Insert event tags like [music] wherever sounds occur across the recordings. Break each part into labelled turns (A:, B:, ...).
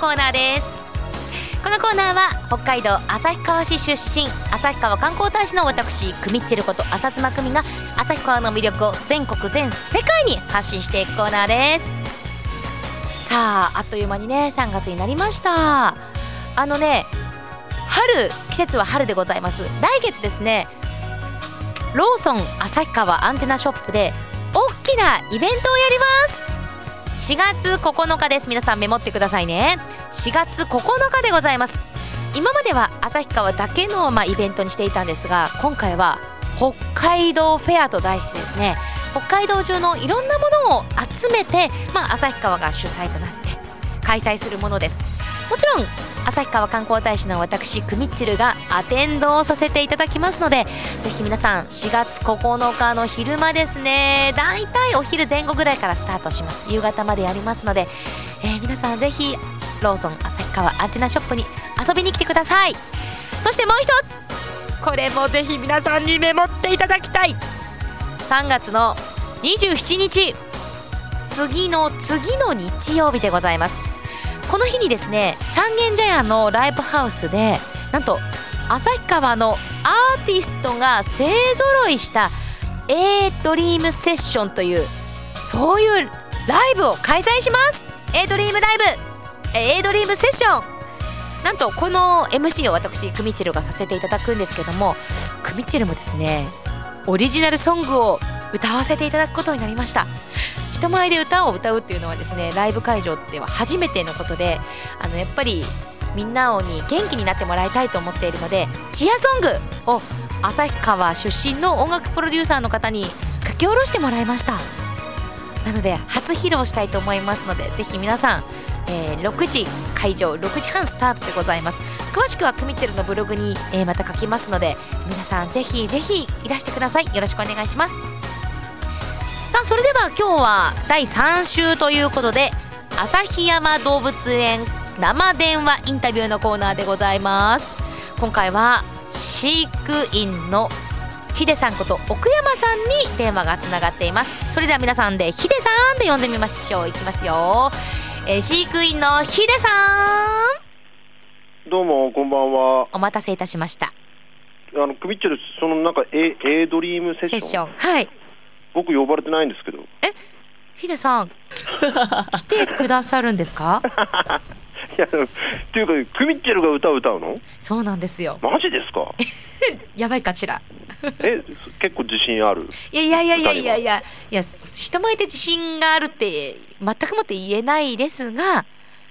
A: コーナーですこのコーナーは北海道旭川市出身旭川観光大使の私久美ちること浅妻久美が旭川の魅力を全国全世界に発信していくコーナーですさああっという間にね3月になりましたあのね春季節は春でございます来月ですねローソン旭川アンテナショップで大きなイベントをやります4月9日です皆さんメモってくださいね4月9日でございます今までは旭川だけの、まあ、イベントにしていたんですが今回は北海道フェアと題してですね北海道中のいろんなものを集めて、まあ、旭川が主催となって開催するものですもちろん旭川観光大使の私クミッチルがアテンドをさせていただきますのでぜひ皆さん4月9日の昼間ですねだいたいお昼前後ぐらいからスタートします夕方までやりますので、えー皆さんぜひローソン旭川アンテナショップに遊びに来てくださいそしてもう一つこれもぜひ皆さんにメモっていただきたい3月の27日次の次の日曜日でございますこの日にですね三軒茶屋のライブハウスでなんと旭川のアーティストが勢ぞろいした A ドリームセッションというそういうライブを開催します A ドリームライブえ A ドリームセッションなんとこの MC を私クミチェルがさせていただくんですけどもクミチェルもですねオリジナルソングを歌わせていただくことになりました人前で歌を歌うっていうのはですねライブ会場では初めてのことであのやっぱりみんなに元気になってもらいたいと思っているのでチアソングを旭川出身の音楽プロデューサーの方に書き下ろしてもらいましたなので初披露したいと思いますのでぜひ皆さん、えー6時会場6時半スタートでございます詳しくはクミッチェルのブログに、えーまた書きますので皆さんぜひぜひいらしてくださいよろしくお願いしますさあそれでは今日は第3週ということで旭山動物園生電話インタビューのコーナーでございます今回は飼育員のヒデさんこと奥山さんに電話がつながっていますそれでは皆さんでヒデさんで呼んでみましょういきますよ、えー飼育員のヒデさん
B: どうも、こんばんは。
A: お待たせいたしました
B: あの、クビッチェル、そのなんか、A、A ドリームセッシ
A: セ
B: ョン。
A: ッションはい
B: 僕呼ばれてないんですけど。 [laughs] い
A: ヒデさんき来てくださるんですか
B: や、っていうか、クビッチェルが歌を歌うの
A: そうなんですよ
B: マジで
A: [laughs]
B: すか
A: やばいかちら
B: え、結構自信ある。
A: いやいやいやいやいやいやいや人前で自信があるって全くもって言えないですが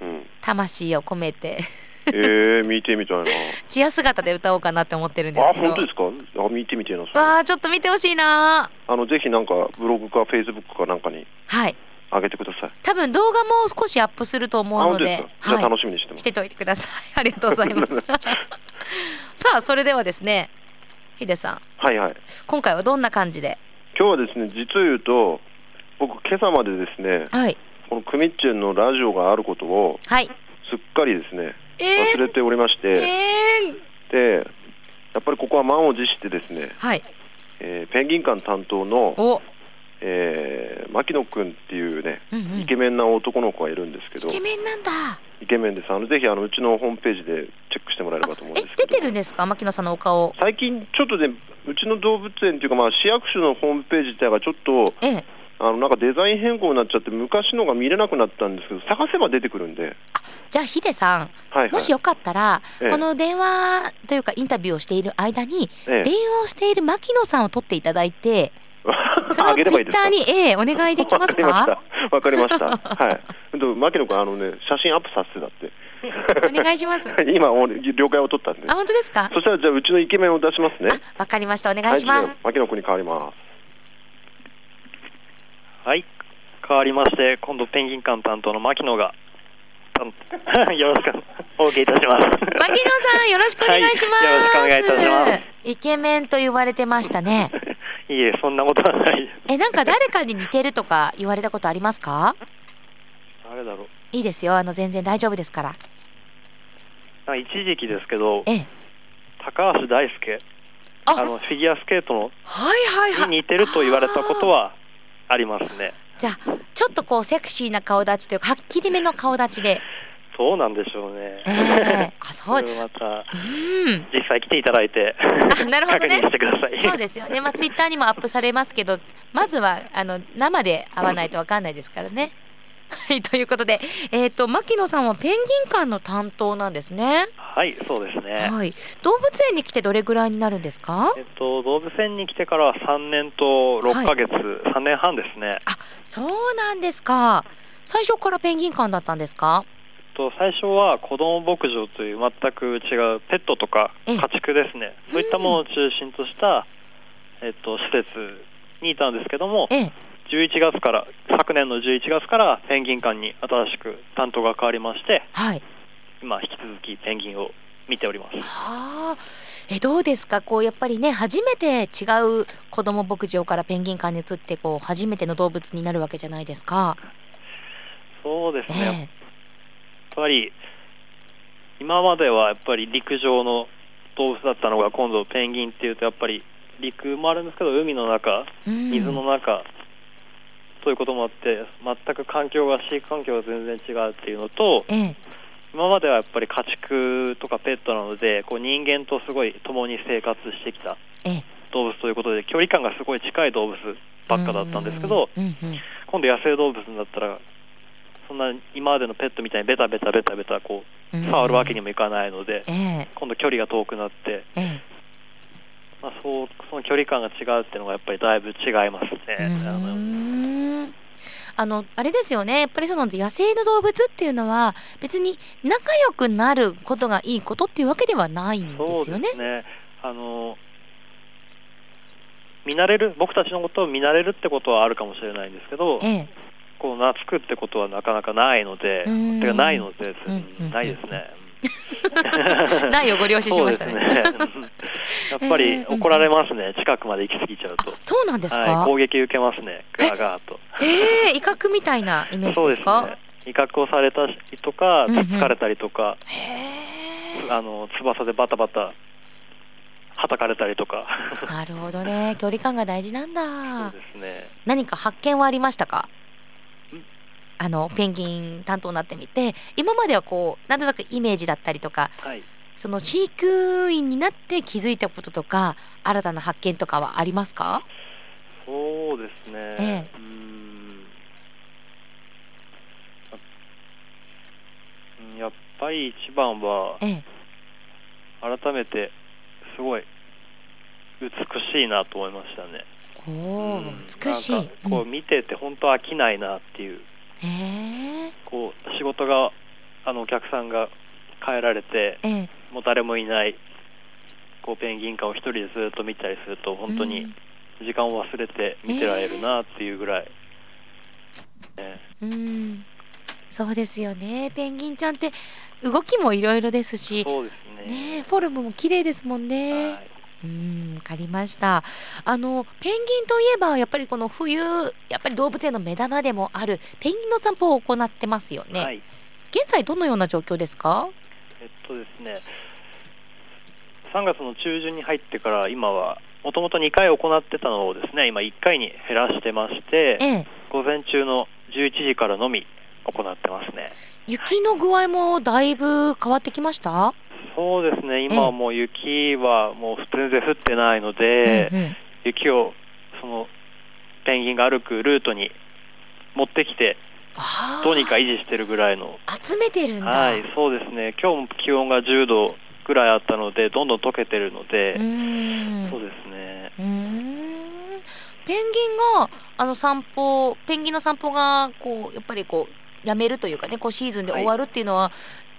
B: うん。
A: 魂を込めて [laughs]
B: えー、見てみたいな。
A: チア姿で歌おうかなって思ってるんです
B: あ、
A: けど
B: 本当ですかあ、見てみてえな。それ
A: わあちょっと見てほしいな
B: あの、ぜひなんか、ブログか、フェイスブックかなんかに
A: はい
B: 上げてください。
A: 多分動画も少しアップすると思
B: あ、
A: う
B: 本
A: の
B: 当で
A: です
B: かじゃあ
A: はい
B: 楽しみにしてま
A: し
B: す。
A: てといて [laughs] くださいありがとうござい
B: [laughs]
A: ますさあそれではですねヒデさん
B: はいはい。
A: 今回はどんな感じで
B: 今日はですね、実を言うと、僕、今朝までですね、
A: はい
B: このクミッチェルのラジオがあることを、
A: はい
B: すっかりですね、
A: え
B: 忘れておりまし
A: ー、
B: て、
A: えー、
B: でやっぱりここは満を持してですね、
A: はい
B: えーペンギン館担当の、
A: お
B: えー牧野君っていうね、
A: うんうん
B: イケメンな男の子がいるんですけど
A: イケメンなんだ
B: イケメンですあのぜひあのうちのホームページでチェックしてもらえればと思うん
A: え
B: です
A: 出
B: けど
A: てるんですか牧野さんのお顔
B: 最近ちょっとねうちの動物園というか、まあ、市役所のホームページ自体がちょっと
A: ええ
B: あのなんかデザイン変更になっちゃって昔のが見れなくなったんですけど探せば出てくるんで、
A: じゃあヒデさん、
B: はいはい、
A: もし
B: [laughs]
A: よかったら、
B: ええ
A: この電話というかインタビューをしている間に、
B: ええ
A: 電話をしている牧野さんを撮っていただいてそれ
B: あ
A: をツイ
B: げればいい
A: ッ
B: です
A: タ
B: か
A: ーにええお願いできますか
B: [laughs] わかり
A: [laughs]
B: ました。わかりました。はい。でも牧野君あのね写真アップさせてだって。
A: お願いし
B: [laughs]
A: ますあ
B: 今俺了解を取ったんで。
A: 本当ですか
B: そしたらじゃあうちのイケメンを出しますね。
A: わかりましたお願いし
B: は
A: ま
B: いじゃ
A: す、
B: あ牧野君に変わります。
C: はい、変わりまして、今度ペンギン館担当の牧野が、担 [laughs] よろしくお受けいたします。
A: 牧野さんよろしくお願いします、
C: はいよろしくお願いいたします
A: イケメンと言われてましたね
C: [laughs] いえ、そんなことはない。
A: えなんか誰かに似てるとか言われたことありますか
C: 誰だろう。
A: いいですよあの全然大丈夫ですから
C: なんか一時期ですけど、
A: ええ
C: 高橋大輔、
A: あ
C: あのフィギュアスケートの
A: はいはいはい
C: に似てると言われたことはありますね。
A: じゃあちょっとこうセクシーな顔立ちというかはっきりめの顔立ちで
C: どうなんでしょうね。
A: ええあ [laughs] そ
C: こ
A: う
C: れまた
A: うん
C: 実際来ていただいて
A: あなるほどね
C: 確認してください。
A: そうですよねまあツイッターにもアップされますけどまずはあの生で会わないとわかんないですからねはいということでえっ、と牧野さんはペンギン館の担当なんですね
C: はい、そうですね。
A: はい動物園に来てどれぐらいになるんですか
C: えっと、動物園に来てからは3年と6ヶ月、3年半ですね、
A: あそうなんですか最初からペンギン館だったんですか
C: えっと、最初は子ども牧場という全く違うペットとか
A: ええ
C: 家畜ですねそういったものを中心とした、えっと、施設にいたんですけども
A: ええ
C: 11月から昨年の11月からペンギン館に新しく担当が変わりまして
A: はい
C: 今引き続きペンギンを見ております
A: はあえどうですかこうやっぱりね初めて違う子ども牧場からペンギン館に移ってこう初めての動物になるわけじゃないですか。
C: そうです
A: え
C: ね、やっ
A: え
C: ぱり今まではやっぱり陸上の動物だったのが今度ペンギンっていうとやっぱり陸もあるんですけど海の中
A: うん
C: 水の中、ということもあって全く環境が飼育環境が全然違うっていうのと
A: ええ
C: 今まではやっぱり家畜とかペットなのでこう人間とすごい共に生活してきた
A: ええ
C: 動物ということで距離感がすごい近い動物ばっかだったんですけど、
A: うんうんうん
C: 今度野生動物になったらそんな今までのペットみたいにベタベタベタベタこ
A: う
C: うん触るわけにもいかないので
A: ええ
C: 今度距離が遠くなって、
A: ええ
C: まあ、そうその距離感が違うっていうのがやっぱりだいぶ違いますね。
A: う
C: あの
A: ーんあのあれですよねやっぱりその野生の動物っていうのは別に仲良くなることがいいことっていうわけではないん
C: そう
A: ですよね。
C: あの見慣れる僕たちのことを見慣れるってことはあるかもしれないんですけど、
A: ええ
C: こう懐くってことはなかなかないので、
A: うん
C: てかないので、
A: うんうん
C: ないです
A: [laughs]
C: ね。
A: ないをご了承しましたね。
C: そうですねやっぱり怒られますね、近くまで行き過ぎちゃうと。
A: そうなんですか、
C: はい、攻撃受けますね、ガーガーと。
A: ええ威嚇みたいなイメージ
C: そう
A: で
C: ですす
A: か
C: ね。威嚇をされたりとか、
A: うんうん
C: 突かれたりとか、 [laughs]
A: へ
C: あの翼でバタバタ、はたかれたりとか。
A: えなるほどね距離感が大事なん
C: そう
A: だ
C: ですね。
A: 何か発見はありましたかあのペンギン担当になってみて今まではこうなんとなくイメージだったりとか
C: はい。
A: その飼育員になって気づいたこととか新たな発見とかはありますか
C: そうですね。
A: ええ
C: うーんあうんやっぱり一番は
A: ええ
C: 改めてすごい美しいなと思いましたね。
A: お
C: う
A: お
C: ん
A: 美し
C: なん
A: い
C: かこ
A: う
C: うん見てて本当飽きないなっていう
A: へえ
C: こう仕事があのお客さんが変えられて
A: ええ
C: もう誰もいないこうペンギン館を一人でずっと見たりすると本当に時間を忘れて見てられるなっていうぐらい、ね
A: うんそうですよねペンギンちゃんって動きもいろいろですし
C: そうです
A: ねえ
C: ね。
A: フォルムも綺麗ですもんね。
C: はい、
A: うん、わかりました。あのペンギンといえばやっぱりこの冬やっぱり動物園の目玉でもあるペンギンの散歩を行ってますよね。
C: はい、
A: 現在どのような状況ですか？
C: えっとですね、3月の中旬に入ってから今はもともと2回行ってたのをですね、今1回に減らしてまして、
A: ええ、
C: 午前中の11時からのみ行ってますね。
A: 雪の具合もだいぶ変わってきました。
C: そうですね、今はもう雪はもう全然降ってないので、
A: うんうん
C: 雪をそのペンギンが歩くルートに持ってきて
A: ああ
C: どうにか維持してるぐらいの
A: 集めてるんだ。
C: はい、そうですね。今日も気温が10度ぐらいあったので、どんどん溶けてるの
A: う
C: で、
A: ん。
C: そうですね。
A: うーんペンギンがあの散歩ペンギンの散歩がこうやっぱりこうやめるというかねこうシーズンで終わるっていうのは、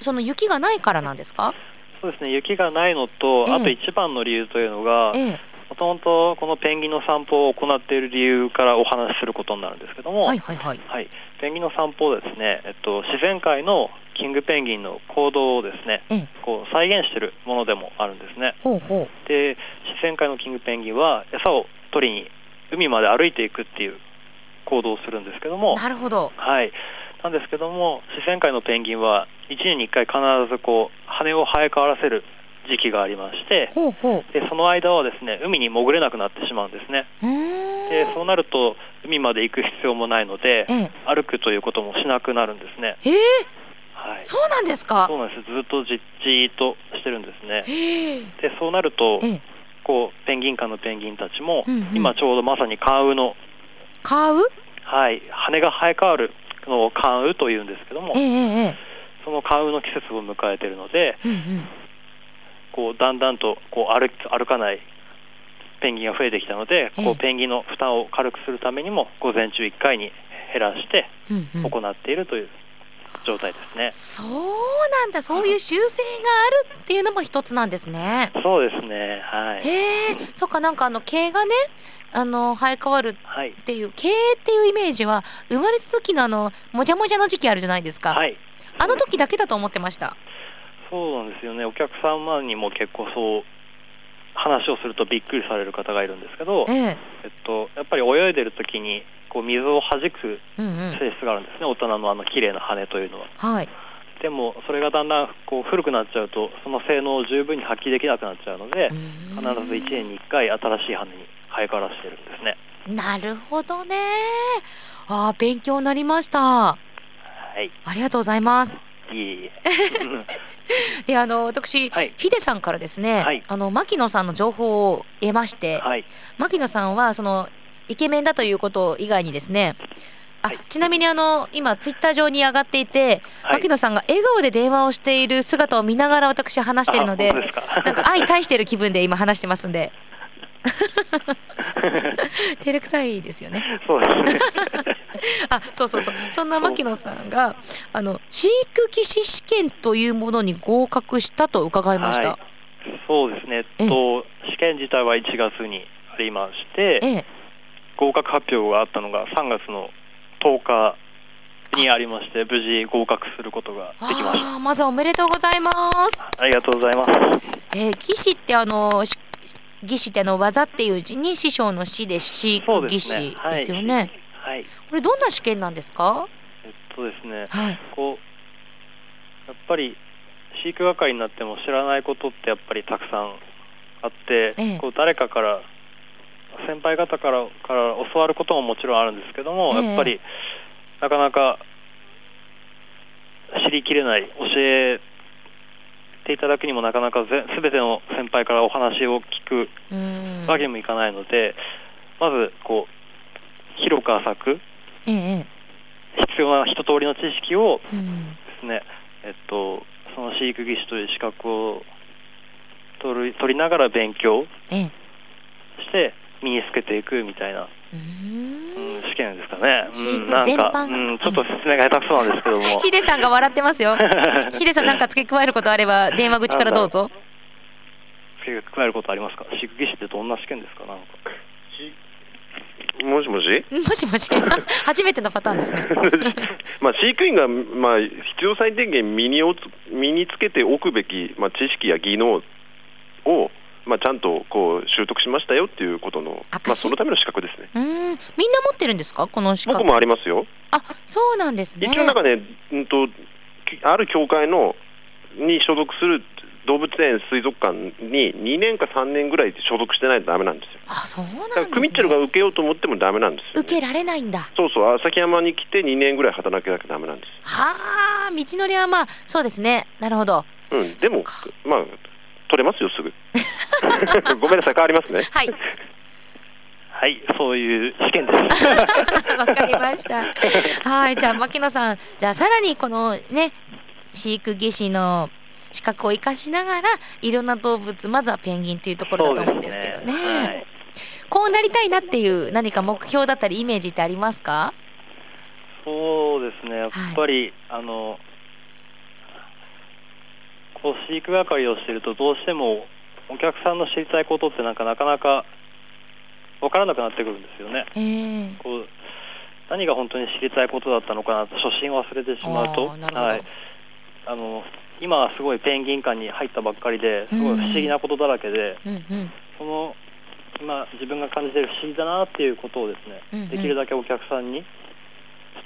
A: その雪がないからなんですか、
C: そうですね。雪がないのと、
A: ええ
C: あと一番の理由というのが、
A: ええ、
C: もともとこのペンギンの散歩を行っている理由からお話しすることになるんですけども、
A: は
C: はいい、
A: はいはい
C: ペンギンの散歩をですね、えっと自然界のキングペンギンの行動をですね、
A: ええ
C: こう再現してるものでもあるんですね。
A: ほうほ
C: で、自然界のキングペンギンは餌を取りに海まで歩いていくっていう行動をするんですけど
A: う
C: も、
A: なるほど
C: はい、なんですけども自然界のペンギンは1年に1回必ずこう羽を生え変わらせる時期がありまして
A: ほうほ
C: でその間はですね海に潜れなくなってしまうんですね
A: ううー
C: で
A: ん
C: そうなると海まで行く必要もないので
A: ええ
C: 歩くということもしなくなるんですね、
A: ええ
C: はい、そ
A: そうなんですか
C: うなんですずっとじっじーっとしてるんですね
A: へえ
C: でそうなると
A: ええ
C: こうペンギン館のペンギンたちも、
A: うんうん
C: 今ちょうどまさにカンウの、
A: 買う
C: はい、羽が生え変わるのをカンウというんですけども
A: ええええ
C: そのカンウの季節を迎えてるので
A: うんうん
C: こうだんだんとこう歩き歩かないペンギンが増えてきたの
A: え
C: で
A: え
C: こうペンギンの負担を軽くするためにも午前中1回に減らして
A: うんうん
C: 行っているという状態ですね。
A: そうなんだそういう修正があるっていうのも一つなんですね。
C: そうですね、はい、
A: へえそっかなんかあの毛がねあの生え変わる
C: はい、
A: っていう毛っていうイメージは生まれた時のあのもじゃもじゃの時期あるじゃないですか、
C: はい、
A: あの時だけだと思ってました。
C: そうなんですよね。お客様にも結構そう話をするとびっくりされる方がいるんですけど、
A: ええ
C: えっとやっぱり泳いでる時にこう水を弾く
A: うんうん
C: 性質があるんですね。大人のあの綺麗な羽というのは。
A: はい
C: でもそれがだんだんこう古くなっちゃうとその性能を十分に発揮できなくなっちゃうので、必ず1年に1回新しい羽に生え変わらしてるんですね。
A: なるほどねああ勉強になりましたあ
C: はい、
A: りがとうございます
C: いえい
A: [laughs]
C: え。
A: であの私、
C: はい
A: ヒデさんからですね、
C: はい
A: あの牧野さんの情報を得まして、
C: はい、
A: 牧野さんはそのイケメンだということ以外にですねあ、
C: はい
A: ちなみにあの今ツイッター上に上がっていて、 [laughs]
C: はい
A: 牧野さんが笑顔で電話をしている姿を見ながら私話しているので
C: あ本当ですか
A: なんか相対してる気分で今話してますんで照れくさいですよね
C: [laughs] そうですね。
A: あそう
C: [laughs]
A: そうそうそんな牧野さんがあの飼育技師試験というものに合格したと伺いました、
C: はい、そうですね、
A: ええ
C: えっと、試験自体は1月にありまして、
A: ええ
C: 合格発表があったのが3月の10日にありまして、無事合格することができまし
A: あーまずはおめでとうございます
C: た。ありがとうございます。
A: えー、技師ってあのし技師ってあの技っていう字に師匠の師で飼
C: そ
A: 育
C: う
A: 技
C: ですね
A: 師。ですよね。
C: はい。はい、
A: これどんな試験なんですか？
C: えっとですね、
A: はい。
C: こうやっぱり飼育係になっても知らないことってやっぱりたくさんあって、
A: ええ
C: こう誰かから先輩方からから教わることももちろんあるんですけども、
A: ええ
C: やっぱりなかなか知りきれない教えていただくにもなかなかぜ全ての先輩からお話を聞く
A: うーん。
C: わけにもいかないので、まずこう広く浅く
A: ええ
C: 必要な一通りの知識を
A: ええ。うん。
C: ですね、えっと、その飼育技師という資格を取る取りながら勉強
A: ええ。
C: して身につけていくみたいな、
A: う
C: う
A: ーん
C: ん、試験ですかね、
A: 飼
C: う
A: 育
C: ん、なん
A: 全
C: か、
A: 般
C: うん、ちょっと説明が下手くそなんですけ
A: [laughs]
C: ども
A: ヒデさんが笑って
C: [laughs]
A: ますよ。ヒデさんなんか付け加えることあれば電話口からどうぞ。
C: 付け加えることありますか飼育技師ってどんな試験ですかなんか
B: もしもし
A: もしもし。 [laughs] 初めてのパターンです
B: [laughs]
A: ね。
B: まあ飼育員が、まあ、必要最低限身におつ身につけておくべき、まあ、知識や技能を、まあ、ちゃんとこう習得しましたよっていうことの、まあ、
A: 証
B: そのための資格ですね。
A: うーん。みんな持ってるんですか？この資格
B: 僕。もありますよ。
A: あ、そうなんですね。
B: 一応なんかね、うんときある教会のに所属する動物園水族館に2年か3年ぐらい所属してないとダメなんですよ。
A: あ、そうなん
B: だ
A: で
B: か
A: す
B: ら
A: ね。
B: クミッチェルが受けようと思ってもダメなんですよ、
A: 受
B: ね。
A: けられないんだ。
B: そうそう、旭山に来て2年ぐらい働けなきゃダメなんで
A: はあ、道のりはまあそうですね。なるほど。
B: すよ。うん、でも
A: そっ、
B: まあ、取れますよ、すぐ。 [laughs] ごめんなさい、変わりますね。
A: はい、 [laughs]
C: はいそういう試験です
A: わかりました。はい、じゃあ牧野さん、じゃあさらにこのね飼育技師の資格を生かしながらいろんな動物まずはペンギンという [laughs] ところだと思うんですけどね。
C: そうですはい
A: こうなりたいなっていう何か目標だったりイメージってありますか？
C: そうですね、やっぱり、あのこう飼育係をしていると、どうしてもお客さんの知りたいことってなんかなかなか分からなくなってくるんですよね。
A: ええ
C: こう何が本当に知りたいことだったのかなと初心を忘れてしまうと、
A: あーなるほど
C: はい、あの今はすごいペンギン館に入ったばっかりですごい不思議なことだらけで、
A: うんうん。
C: その今自分が感じている不思議だなっていうことをですね、
A: うんうん
C: できるだけお客さんに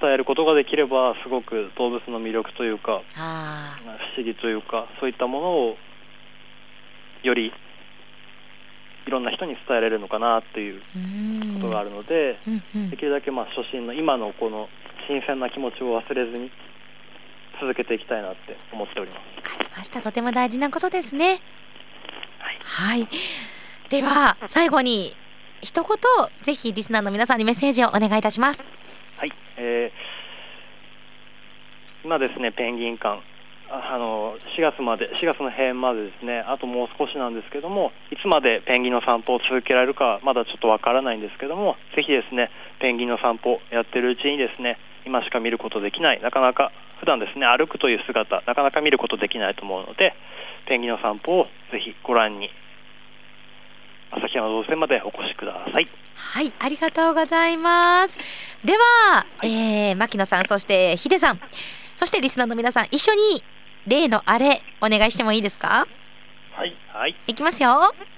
C: 伝えることができればすごく動物の魅力というか
A: あ
C: まあ不思議というかそういったものをよりいろんな人に伝えられるのかなっていう
A: あ、うん。
C: ことがあるので、
A: うんうん
C: できるだけまあ初心の今のこの新鮮な気持ちを忘れずに続けていきたいなって思っておりま
A: わ
C: す。
A: かりました。とても大事なことですね。はい。では、最後に、一言、ぜひリスナーの皆さんにメッセージをお願いいたします。
C: はい、えー今ですね、ペンギン館、ああの4月まで、4月の閉園までですね、あともう少しなんですけども、いつまでペンギンの散歩を続けられるか、まだちょっとわからないんですけども、ぜひですね、ペンギンの散歩やってるうちにですね、今しか見ることできない、なかなか普段ですね、歩くという姿、なかなか見ることできないと思うので、ペンギンの散歩をぜひご覧に、旭山動物園までお越しください。
A: はい、ありがとうございます。では、えー、牧野さん、そしてヒデさん、そしてリスナーの皆さん、一緒に、例のあれ、お願いしてもいいですか
C: はい、はい
A: いきますよ。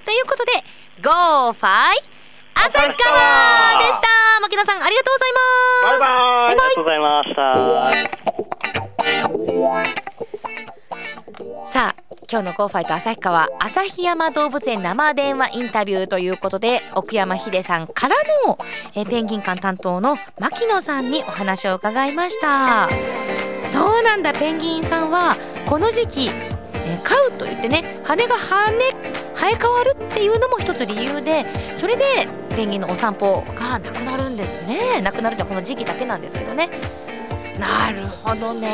A: ということで、ゴーファイ、旭川でした。牧野さん、ありがとうございます。
C: ありがとうございました。
A: さあ今日のゴーファイト旭川旭山動物園生電話インタビューということで奥山秀さんからのえーペンギン館担当の牧野さんにお話を伺いましたそうなんだペンギンさんはこの時期えー飼うといってね羽が羽生え変わるっていうのも一つ理由でそれでペンギンのお散歩がなくなるんですねなくなるってこの時期だけなんですけどねなるほどね。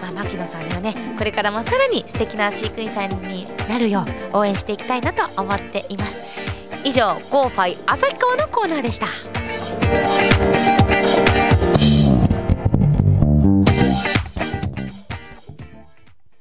A: まあ、牧野さんにはね、これからもさらに素敵な飼育員さんになるよう応援していきたいなと思っています。以上、ゴーファイ旭川のコーナーでした。